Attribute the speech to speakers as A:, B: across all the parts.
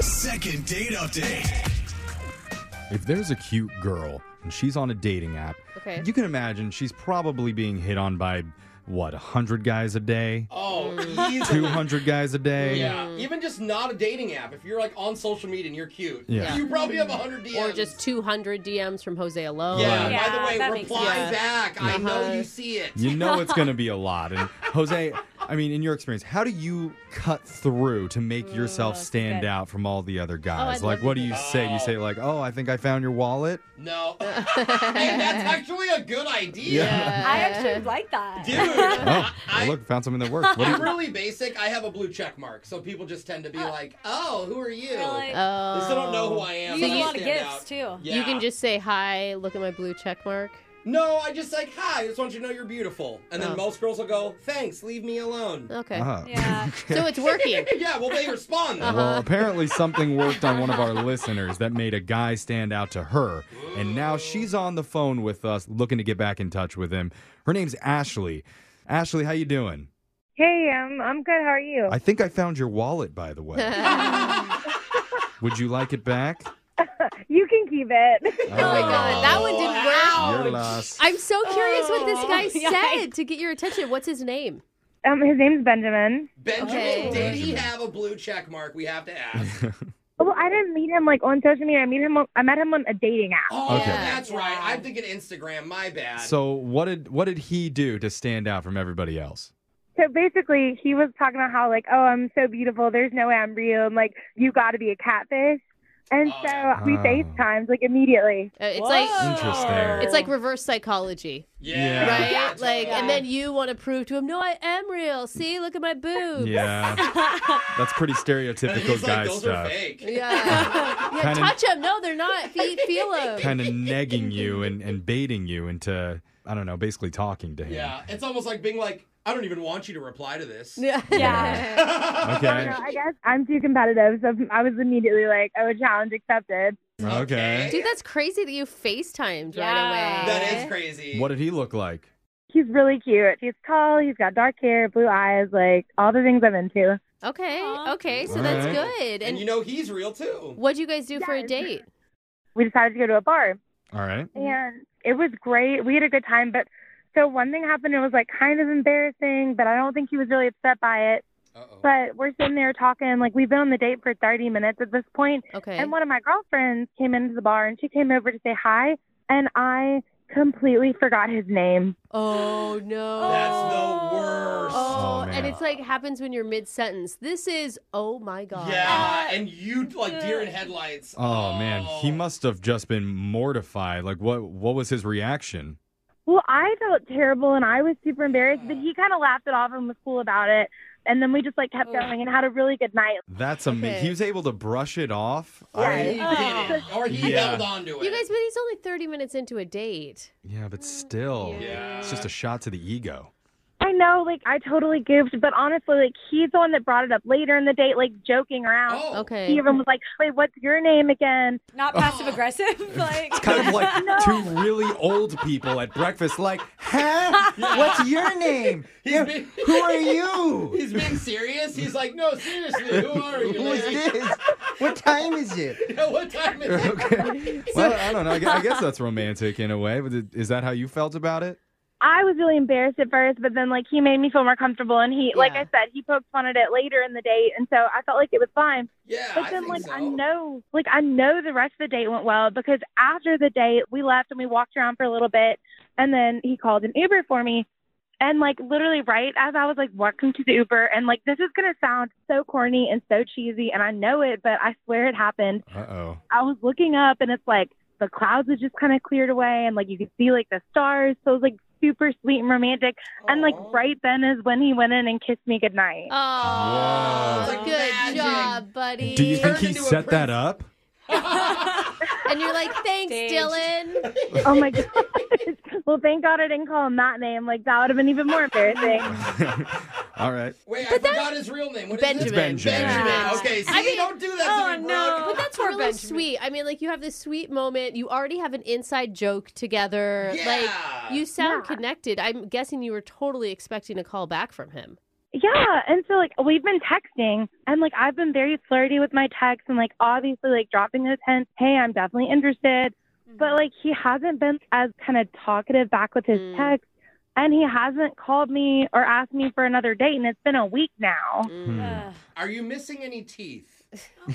A: Second date update.
B: If there's a cute girl and she's on a dating app,
C: Okay.
B: you can imagine she's probably being hit on by what, 100 guys a day?
D: Oh, easily.
B: 200 guys a day?
D: Yeah, even just not a dating app. If you're like on social media and you're cute,
B: Yeah.
D: you probably have 100 DMs.
C: Or just 200 DMs from Jose alone.
D: yeah.
E: Yeah,
D: by the
E: that
D: way,
E: makes
D: reply
C: sense.
D: back. I know
C: Uh-huh.
D: you see it.
B: You know it's going to be a lot. And Jose, I mean, in your experience, how do you cut through to make yourself
E: that's
B: stand
E: good.
B: out from all the other guys?
C: I'd
B: like,
C: love
B: what
C: to
B: do you say? Do you say, like, oh, I think I found your wallet?
D: No, hey, that's actually a good idea.
B: Yeah.
E: I actually like that.
D: Dude,
B: Oh,
D: I,
B: I look, found something that works. What do
D: am
B: you-
D: really basic. I have a blue check mark, so people just tend to be like, "Oh, who are you?"
E: Uh, Really?
D: They
C: Oh.
D: still don't know who I am.
E: you
D: but I
E: use a lot of
D: stand
E: gifts
D: out.
E: too.
D: Yeah.
C: You can just say hi, look at my blue check mark.
D: No, I just like, "Hi, I just want you to know you're beautiful," and then
C: Oh. Uh.
D: most girls will go, "Thanks, leave me alone."
C: Okay.
B: Uh-huh.
E: Yeah.
C: So it's working.
D: yeah, well, they respond.
C: Uh-huh.
D: though.
B: Well, apparently something worked on one of our listeners that made a guy stand out to her. And now she's on the phone with us looking to get back in touch with him. Her name's Ashley. Ashley, how you doing?
F: Hey, I'm I'm good. How are you?
B: I think I found your wallet by the way. Would you like it back?
F: You can keep it.
B: Oh my
C: Oh God, that one didn't work.
B: Your loss.
C: I'm so curious what this guy
E: Oh,
C: said to get your attention. What's his name?
F: Um, his name's Benjamin.
D: Benjamin,
C: Okay.
D: did he have a blue check mark? We have to ask.
F: Oh, Well, I didn't meet him like on social media. I meet him. On, I met him on a dating app.
D: Oh,
B: Okay.
D: that's right. I'm thinking Instagram. My bad.
B: Oh. So what did what did he do to stand out from everybody else?
F: So basically, he was talking about how like, oh, I'm so beautiful. There's no way I'm real. And like, you got to be a catfish. And so we
B: Oh.
F: FaceTimes like immediately.
C: Uh, it's
E: Whoa.
C: like
B: Interesting.
C: it's like reverse psychology,
D: yeah.
C: right?
D: Yeah.
C: Like,
E: Yeah.
C: and then you want to prove to him, no, I am real. See, look at my boobs.
B: Yeah. That's pretty
D: And
B: stereotypical
D: he's
B: guy
D: like, those
B: stuff.
D: are fake.
C: Yeah. yeah
B: Kinda-
C: touch them. No, they're not. Fe- feel them.
B: Kind of negging you and, and baiting you into I don't know, basically talking to him.
D: Yeah. It's almost like being like, I don't even want you to reply to this.
C: Yeah.
E: Yeah.
F: I
B: Okay.
F: don't know. I guess I'm too competitive, so I was immediately like, oh, challenge accepted.
B: Okay.
C: Dude, that's crazy that you FaceTimed
E: Yeah.
C: right away.
D: That is crazy.
B: What did he look like?
F: He's really cute. He's tall. He's got dark hair, blue eyes, like all the things I'm into.
C: Okay.
E: Aw.
C: Okay. So
B: All
C: that's
B: right.
C: good.
D: and
C: And
D: you know he's real too.
C: what'd you guys do for a
F: Yes.
C: date?
F: We decided to go to a bar.
B: All right.
F: and it was great. We had a good time, but so one thing happened. It was like kind of embarrassing, but I don't think he was really upset by it.
D: Uh-oh.
F: But we're sitting there talking, like we've been on the date for 30 minutes at this point,
C: Okay.
F: and one of my girlfriends came into the bar and she came over to say hi, and I completely forgot his name.
C: oh no.
D: That's the worst.
C: Oh,
B: Oh, man.
C: and it's like happens when you're mid sentence. This is oh my god.
D: Yeah. And you like deer in headlights.
B: Oh, man, he must have just been mortified. Like what what was his reaction?
F: Well, I felt terrible and I was super embarrassed, but he kind of laughed it off and was cool about it. And then we just like kept going and had a really good night.
B: That's amazing.
C: Okay.
B: He was able to brush it off.
D: He
B: I,
D: did it. Or he
B: Yeah.
D: held on to it.
C: You guys, but he's only 30 minutes into a date.
B: yeah, but still.
D: Yeah.
B: It's just a shot to the ego.
F: I know, like I totally goofed, but honestly, like he's the one that brought it up later in the date, like joking around.
D: Oh.
C: Okay.
F: He even was like, "Wait, what's your name again?"
E: Not passive aggressive. Like
B: It's kind of like two really old people at breakfast like, "Huh? What's your name?
D: He's being,
B: Who are you?
D: he's being serious. He's like, no, seriously, who are you?
B: Who is
D: Larry?
B: this? What time is it?"
D: what time is it?
B: Okay. Well, I don't know. I gue- I guess that's romantic in a way, but is that how you felt about it?
F: I was really embarrassed at first, but then like he made me feel more comfortable, and he, like
C: Yeah.
F: I said, he poked fun at it later in the date, and so I felt like it was fine.
D: Yeah,
F: But
D: I
F: then
D: think
F: like
D: so.
F: I know, like I know the rest of the date went well because after the date we left and we walked around for a little bit, and then he called an Uber for me. And like literally right as I was like walking to the Uber and like this is gonna sound so corny and so cheesy and I know it, but I swear it happened.
B: Uh-oh.
F: I was looking up and it's like the clouds had just kind of cleared away and like you could see like the stars. So it was like super sweet and romantic. And like
D: Aw.
F: right then is when he went in and kissed me goodnight.
C: Oh,
D: Whoa.
C: good
D: Magic.
C: job, buddy.
B: Do you think
D: turned
B: he
D: into a
B: set that
D: prince.
B: up?
C: And you're like, thanks,
E: Staged.
C: Dylan.
F: oh my God. well, thank God I didn't call him that name. Like that would have been even more embarrassing.
B: All right.
D: Wait, I forgot his real name. What is
C: Benjamin.
D: it?
B: Benjamin.
D: Benjamin.
C: Yeah.
D: Okay, see,
C: I mean-
D: don't do that to
E: Oh,
D: me,
E: no.
D: Brooke.
E: But
C: That's
E: Poor
C: really
E: Benjamin.
C: sweet. I mean, like you have this sweet moment. You already have an inside joke together.
D: Yeah.
C: Like you sound
F: Yeah.
C: connected. I'm guessing you were totally expecting a call back from him.
F: Yeah, and so like we've been texting, and like I've been very flirty with my texts, and like obviously like dropping those hints. Hey, I'm definitely interested,
C: Mm-hmm.
F: but like he hasn't been as kind of talkative back with his
C: Mm.
F: texts, and he hasn't called me or asked me for another date, and it's been a week now.
C: Mm.
B: Hmm.
E: Uh,
C: Ugh.
D: Are you missing any teeth?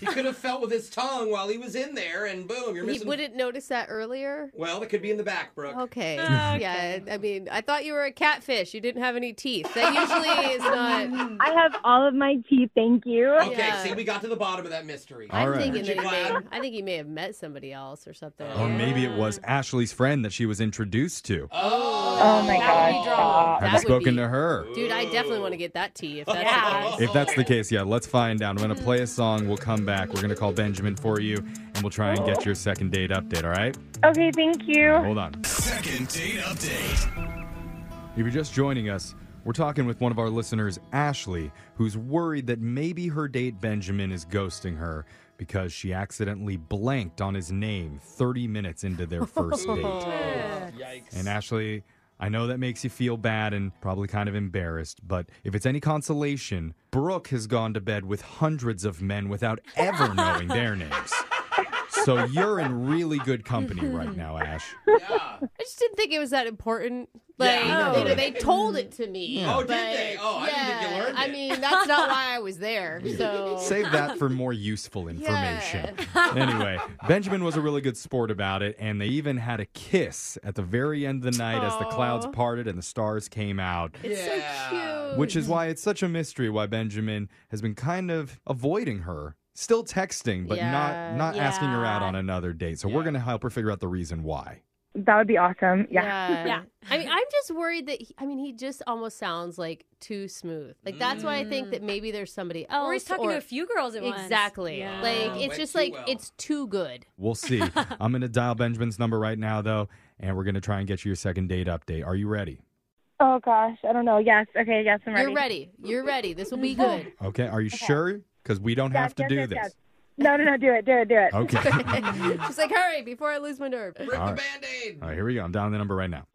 D: he could have felt with his tongue while he was in there, and boom, you're
C: he Oh,
D: missing.
C: wouldn't notice that earlier.
D: Well, it could be in the back, Brooke.
C: Okay.
E: Okay.
C: Yeah. I mean, I thought you were a catfish. You didn't have any teeth. That usually is not.
F: I have all of my teeth, thank you.
D: Okay,
C: Yeah.
D: see, we got to the bottom of that mystery.
B: All
C: I'm
B: right.
C: thinking that
D: Aren't
C: he
D: you
C: may,
D: glad?
C: I think he may have met somebody else or something.
B: Or maybe it was Ashley's friend that she was introduced to.
D: Oh,
F: Oh my
E: That would be
F: God,
E: drama.
B: Have
F: stop.
C: That
B: you
C: would
B: spoken
C: be-
B: to her?
C: Dude, I definitely want to get that tea if that's
E: Yeah.
C: the case.
B: If that's the case, yeah, let's find out. I'm going to play a song. We'll come back. We're going to call Benjamin for you, and we'll try and get your second date update, all right?
F: Okay, thank you.
B: Hold on.
A: Second date update.
B: If you're just joining us, we're talking with one of our listeners, Ashley, who's worried that maybe her date Benjamin is ghosting her because she accidentally blanked on his name 30 minutes into their first date.
D: yikes.
B: And Ashley, I know that makes you feel bad and probably kind of embarrassed, but if it's any consolation, Brooke has gone to bed with hundreds of men without ever knowing their names. So you're in really good company right now, Ash.
D: yeah.
C: I just didn't think it was that important. Like,
D: Yeah.
C: you know, they told it to me.
B: Yeah.
D: Oh, did they?
C: but,
D: Oh, I didn't think you
C: yeah,
D: learned
C: I
D: it.
C: mean, that's not why I was there. So.
B: Save that for more useful information. anyway, Benjamin was a really good sport about it, and they even had a kiss at the very end of the night as the clouds
C: Aw.
B: parted and the stars came out.
C: It's
D: Yeah.
C: so cute.
B: Which is why it's such a mystery why Benjamin has been kind of avoiding her. Still texting, but
C: Yeah.
B: not not asking her out
E: Yeah.
B: on another date. So we're
D: Yeah.
B: gonna help her figure out the reason why.
F: That would be awesome. Yeah.
E: Yeah.
C: I mean, I'm just worried that, he, I mean, he just almost sounds like too smooth. Like, that's why I think that
D: Mm.
C: maybe there's somebody else.
E: Or he's talking to a few girls at once.
C: Exactly.
E: Yeah.
C: Like,
D: Went
C: it's just
D: too
C: like,
D: well.
C: it's too good.
B: We'll see. I'm gonna dial Benjamin's number right now though, and we're gonna try and get you your second date update. Are you ready?
F: Oh gosh, I don't know. Yes. Okay. Yes, I'm ready.
C: You're ready. You're ready. This will be good.
B: Okay, are you sure? Because we don't have to
F: yes,
B: do
F: yes,
B: this.
F: yes. No, no, no. Do it. Do it. Do it.
B: Okay.
C: She's like, hurry before I lose my nerve.
D: Rip
B: All
D: the
B: right.
D: band aid.
B: All right, here we go. I'm dialing the number right now.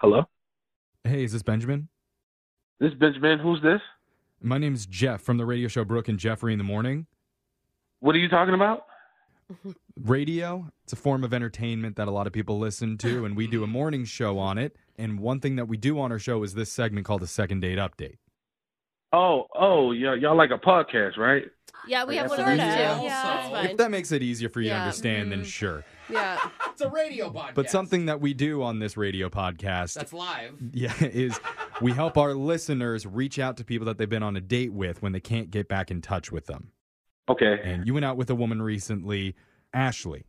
G: Hello?
B: Hey, is this Benjamin?
G: This is Benjamin. Who's this?
B: My name's Jeff from the radio show Brooke and Jeffrey in the Morning.
G: What are you talking about?
B: Radio, it's a form of entertainment that a lot of people listen to, and we do a morning show on it. And one thing that we do on our show is this segment called the Second Date Update.
G: Oh, oh, yeah, y'all like a podcast, right?
C: Yeah, we have one
G: That's
C: of those too.
G: amazing.
C: Yeah, that's
D: Also-
B: If
C: fine.
B: that makes it easier for you to
C: Yeah.
B: understand, then sure.
C: Yeah.
D: It's a radio podcast.
B: But something that we do on this radio podcast
D: that's live.
B: yeah, is we help our listeners reach out to people that they've been on a date with when they can't get back in touch with them.
G: Okay.
B: And you went out with a woman recently, Ashley.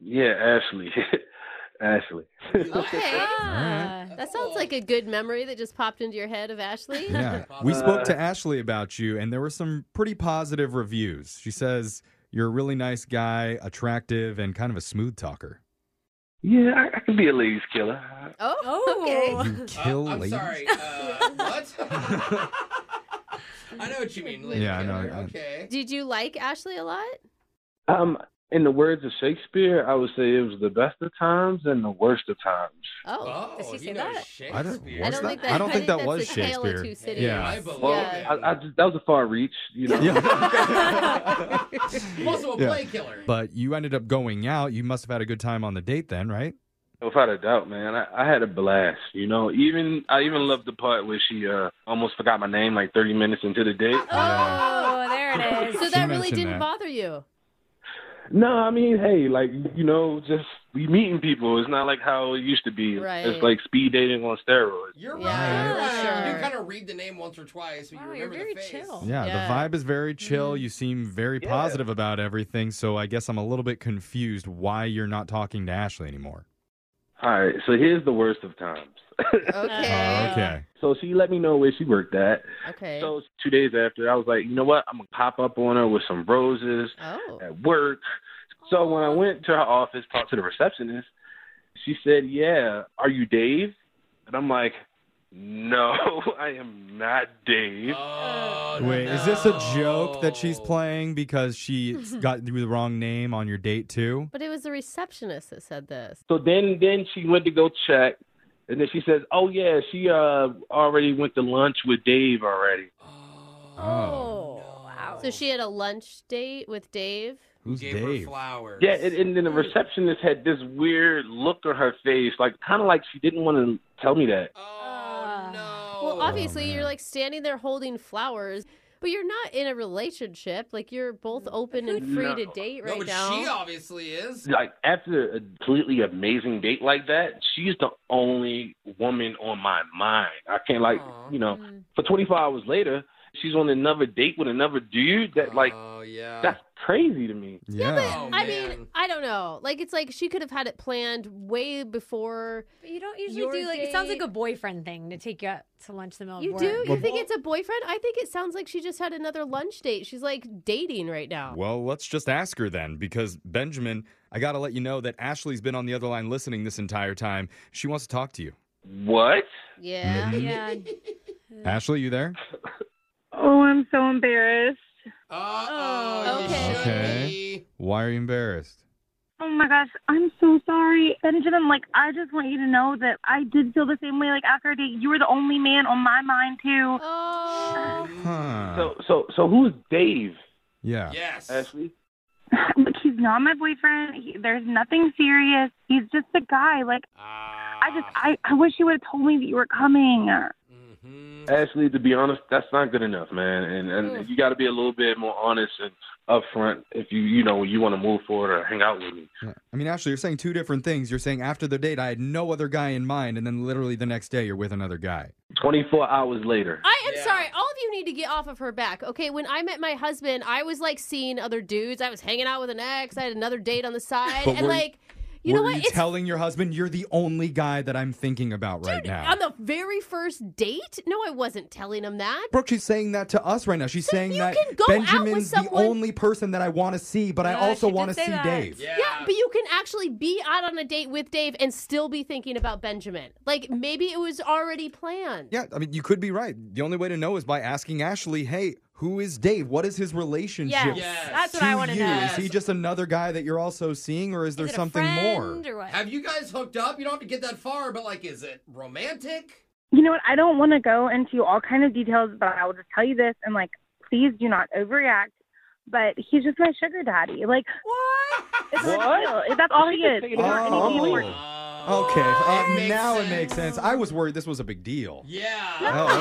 G: Yeah, Ashley. Ashley.
D: You like
C: Okay. Ah.
D: it?
B: right.
C: That sounds like a good memory that just popped into your head of Ashley.
B: Yeah.
D: Awesome.
B: we spoke to Ashley about you, and there were some pretty positive reviews. She says you're a really nice guy, attractive, and kind of a smooth talker.
G: Yeah, I, I can be a ladies killer.
C: Oh,
E: Oh.
C: okay.
B: You
D: Uh,
B: kill
D: I'm
B: ladies.
D: sorry. Uh, what? I know what you mean. Lady
B: Yeah, I know,
D: killer.
B: I-
D: Okay.
C: Did you like Ashley a lot?
G: Um, in the words of Shakespeare, I would say it was the best of times and the worst of times.
C: Oh.
D: Oh,
E: does he
D: you know
E: say that?
B: I don't-
D: Shakespeare.
B: what's
C: I don't
B: that?
C: think that
B: I don't think that
C: that's
B: was
C: a Tale of
B: Shakespeare.
C: two cities.
B: Yeah.
D: I believe
G: Well,
D: it.
G: I, I just, that was a far reach, you know.
B: Yeah.
D: also a
B: Yeah.
D: play killer.
B: but you ended up going out. You must have had a good time on the date then, right?
G: Without a doubt, man, I, I had a blast. You know, even I even loved the part where she uh, almost forgot my name like 30 minutes into the date.
E: Oh, there it is.
C: So
B: She
C: that really
B: mentioned
C: didn't
B: that.
C: bother you.
G: No, I mean, hey, like you know, just we meeting people. It's not like how it used to be.
C: Right.
G: It's like speed dating on steroids.
D: You're
C: Yeah,
D: right. You're right.
C: sure.
D: You do kind of read the name once or twice, but
E: Wow,
D: you
E: you're
D: remember
E: very
D: the face.
E: chill.
B: Yeah,
C: Yeah.
B: the vibe is very chill.
D: Mm-hmm.
B: You seem very
G: Yeah.
B: positive about everything. So I guess I'm a little bit confused why you're not talking to Ashley anymore.
G: All right, so here's the worst of times.
C: Okay.
B: Oh, okay.
G: so she let me know where she worked at.
C: Okay.
G: So two days after, I was like, you know what? I'm gonna pop up on her with some roses
C: Oh.
G: at work. So when I went to her office, talked to the receptionist. She said, "Yeah, are you Dave?" And I'm like, No, I am not Dave.
D: Oh,
B: Wait, is this a joke that she's
D: no.
B: playing because she got you the wrong name on your date too?
C: But it was the receptionist that said this.
G: So then then she went to go check and then she says, "Oh yeah, she uh already went to lunch with Dave already."
E: Oh, wow.
C: So she had a lunch date with Dave.
B: Who's
D: Gave her
B: Dave?
D: flowers.
G: Yeah, and, and then the receptionist had this weird look on her face, like kind of like she didn't want to tell me that.
D: Oh no.
C: Uh, Well, obviously you're
B: man.
C: like standing there holding flowers, but you're not in a relationship. Like you're both open and free to
G: No.
C: date
D: no,
C: right
D: but
C: now.
D: she obviously is.
G: Like after a completely amazing date like that, she's the only woman on my mind. I can't like,
D: Aw.
G: you know,
E: Hmm.
G: for 24 hours later, she's on another date with another dude that like
D: Oh yeah.
G: that's crazy to me.
B: Yeah.
D: Oh,
C: I
D: man.
C: mean, I don't know. Like it's like she could have had it planned way before.
E: But you don't usually
C: Your
E: do like. It sounds like
C: date-
E: a boyfriend thing to take you out to lunch in the middle of
C: You
E: work.
C: do? You
B: Well-
C: think it's a boyfriend? I think it sounds like she just had another lunch date. She's like dating right now.
B: Well, let's just ask her then, because Benjamin, I got to let you know that Ashley's been on the other line listening this entire time. She wants to talk to you.
G: What?
C: Yeah.
E: Yeah.
B: Ashley, you there?
F: Oh, I'm so embarrassed.
E: Oh,
C: Okay.
D: Uh-oh, Uh, oh, You
B: Okay.
D: should be.
B: Why are you embarrassed?
F: Oh my gosh, I'm so sorry. Benjamin, like, I just want you to know that I did feel the same way. Like, after a date, you were the only man on my mind, too.
C: Oh.
B: Huh.
G: So so so who's Dave?
B: Hmm. yeah.
D: Yes.
G: Ashley?
F: Like, he's not my boyfriend. He, there's nothing serious. He's just a guy. Like,
D: Ah,
F: I just, I, I wish you would have told me that you were coming.
D: Mm-hmm.
G: Ashley, to be honest, that's not good enough, man. And and you got to be a little bit more honest and upfront if you you know you want to move forward or hang out with me.
B: Yeah. I mean, Ashley, you're saying two different things. You're saying after the date, I had no other guy in mind, and then literally the next day, you're with another guy.
G: Twenty four hours later.
C: I am
D: Yeah.
C: sorry. All of you need to get off of her back. Okay, when I met my husband, I was like seeing other dudes. I was hanging out with an ex. I had another date on the side.
B: But
C: and
B: were-
C: like, you know
B: Were
C: what?
B: you
C: it's
B: telling your husband you're the only guy that I'm thinking about right now?
C: on the very first date? No, I wasn't telling him that.
B: Brooke, she's saying that to us right now. She's saying
C: you
B: that
C: can go out with
B: Benjamin's the
C: someone-
B: only person that I want to see, but I
E: No,
B: also
E: she did
B: want to
E: say
B: see
E: that.
B: Dave.
D: Yeah.
C: Yeah, but you can actually be out on a date with Dave and still be thinking about Benjamin. Like maybe it was already planned.
B: Yeah, I mean, you could be right. The only way to know is by asking Ashley, hey, who is Dave? What is his relationship
E: Yes.
D: Yes.
E: That's what
B: to
E: I want to
B: you?
E: know.
B: Is he just another guy that you're also seeing, or is there
E: Is it a
B: something more?
E: friend Or what?
D: Have you guys hooked up? You don't have to get that far, but like, is it romantic?
F: You know what? I don't want to go into all kind of details, but I will just tell you this and like, please do not overreact. But he's just my sugar daddy. Like, what? What? That's all he is. He's not anything
B: Oh.
F: more.
B: Okay, uh,
D: makes
B: now
D: sense.
B: it makes sense. I was worried this was a big deal.
D: Yeah.
B: Oh,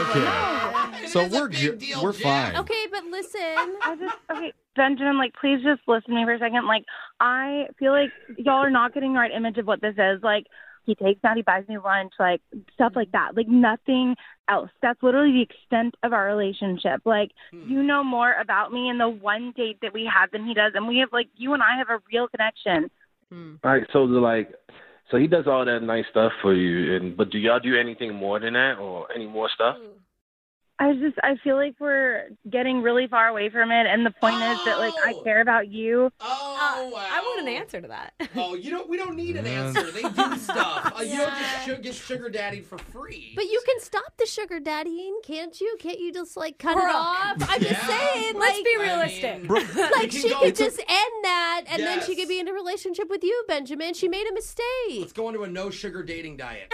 B: okay.
D: It
B: So
D: is a
B: we're
D: big
B: good.
D: deal,
B: We're
D: Jack.
B: fine.
C: Okay, but listen.
F: I just okay, Benjamin. Like, please just listen to me for a second. Like, I feel like y'all are not getting the right image of what this is. Like, he takes me out, he buys me lunch, like stuff like that. Like nothing else. That's literally the extent of our relationship. Like, you know more about me in the one date that we had than he does, and we have like you and I have a real connection.
G: All right, so the, like, so he does all that nice stuff for you, and but do y'all do anything more than that, or any more stuff?
F: I just I feel like we're getting really far away from it, and the point is that like I
D: Oh.
F: care about you.
D: Oh,
E: Uh,
D: wow.
E: I want an answer to that.
D: Oh, you don't. We don't need an
B: Yeah.
D: answer. They do stuff. Uh, You don't just
C: Yeah.
D: su- get sugar daddied for free.
C: But you can stop the sugar daddying, can't you? Can't you just like cut it
E: Brooke.
C: off? I'm
D: Yeah.
C: just saying, like,
E: Let's be
D: I
E: realistic.
D: mean-
C: like
D: can
C: she
D: go
C: could
D: to-
C: just end that, and then she could
D: Yes.
C: be in a relationship with you, Benjamin. She made a mistake.
D: Let's go into a no sugar dating diet.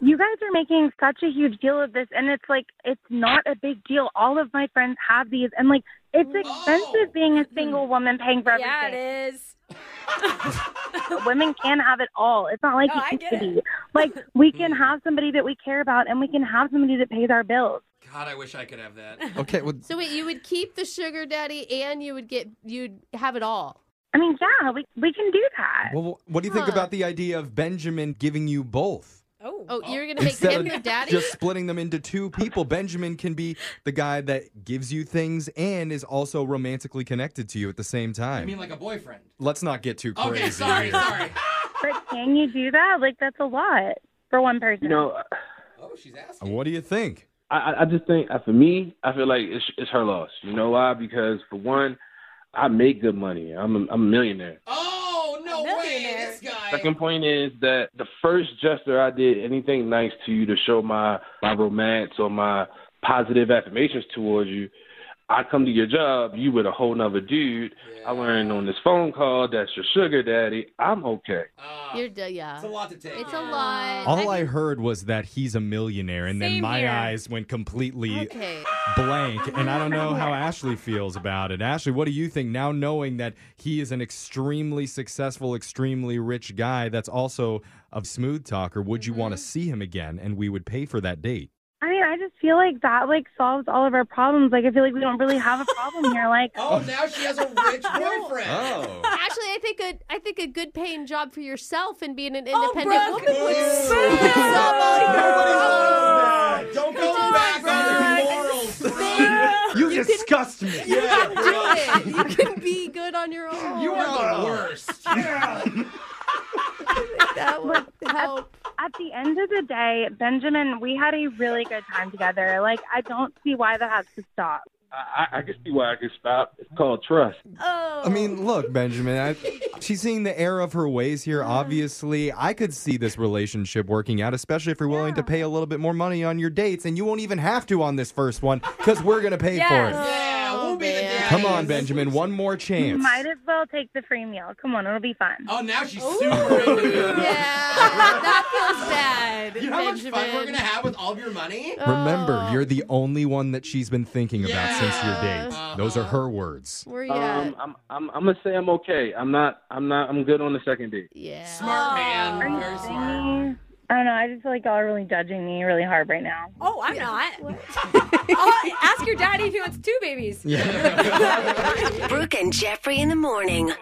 F: You guys are making such a huge deal of this, and it's like it's not a big deal. All of my friends have these, and like it's expensive being a single woman paying for
E: Mm-hmm. yeah,
F: everything.
E: it is.
F: Women can have it all. It's not like
E: No,
F: it
E: Oh, I
F: used
E: get
F: to
E: it.
F: be. Like we can have somebody that we care about, and we can have somebody that pays our bills.
D: God, I wish I could have that.
B: Okay, well,
C: So wait, you would keep the sugar daddy, and you would get you'd have it all.
F: I mean, yeah, we we can do that.
B: well, what do you think
C: Huh.
B: about the idea of Benjamin giving you both?
E: Oh.
C: Oh, you're gonna make
B: Instead
C: him your
B: of
C: daddy?
B: just splitting them into two people, Benjamin can be the guy that gives you things and is also romantically connected to you at the same
D: I
B: time.
D: mean, like a boyfriend.
B: Let's not get too crazy.
D: Okay, sorry,
B: here.
D: sorry.
F: But can you do that? Like that's a lot for one person.
G: You know,
D: Oh, she's asking.
B: What do you think?
G: I- I, I just think uh, for me, I feel like it's it's her loss. You know why? Because for one, I make good money. I'm a, I'm a millionaire.
D: Oh no way!
E: millionaire.
D: This guy
G: Second point is that the first gesture I did anything nice to you to show my my romance or my positive affirmations towards you, I come to your job, you with a whole nother dude. I learned on this phone call that's your sugar daddy. I'm okay.
D: Ah,
C: You're d- yeah.
D: it's a lot to take.
C: It's a lot.
B: All I heard was that he's a millionaire, and then
E: Same
B: my
E: here.
B: eyes went completely
C: Okay.
B: blank. And I don't know how Ashley feels about it. Ashley, what do you think now knowing that he is an extremely successful, extremely rich guy that's also a smooth talker? Would you
C: Mm-hmm.
B: want to see him again? And we would pay for that date.
F: I mean, I just feel like that like solves all of our problems. Like I feel like we don't really have a problem here. Like
D: Oh, now she has a rich boyfriend.
B: Oh.
C: Actually, I think a I think a good paying job for yourself and being an
D: Oh,
C: independent
E: Brooke.
C: woman would
D: Boo.
C: serve somebody. Oh
D: Nobody loves that. Don't go back on your morals, Brooke.
B: you disgust me.
C: You can do it. You can be good on your own.
D: You are the worst.
C: that would help.
F: at the end of the day, Benjamin, we had a really good time together. Like I don't see why that has to stop.
G: I, I, I can see why I can stop. It's called trust.
E: Oh.
B: I mean, look, Benjamin, I, she's seeing the error of her ways here, obviously. I could see this relationship working out, especially if you're willing to pay a little bit more money on your dates, and you won't even have to on this first one because we're going to pay for it.
E: Yes.
D: Yeah, we'll be the
C: man.
D: daddies.
B: Oh, Come on, Benjamin, one more chance.
F: Might as well take the free meal. Come on, it'll be fun.
D: Oh, now she's super into it.
C: Yeah, that feels bad.
D: You know how much fun we're
C: Benjamin.
D: gonna have with all of your money?
B: Oh. Remember, you're the only one that she's been thinking about since your
C: Yeah.
B: date. Those are her words.
C: Where you at?
G: Um, I'm, I'm, I'm gonna say I'm okay. I'm not. I'm not. I'm good on the second date.
C: yeah.
D: Smart
F: Are
D: man,
F: you
D: very
F: kidding
D: smart.
F: me? I don't know. I just feel like y'all are really judging me really hard right now.
E: Oh, I'm not. Oh, I'll ask your daddy if he wants two babies.
H: Brooke and Jeffrey in the morning.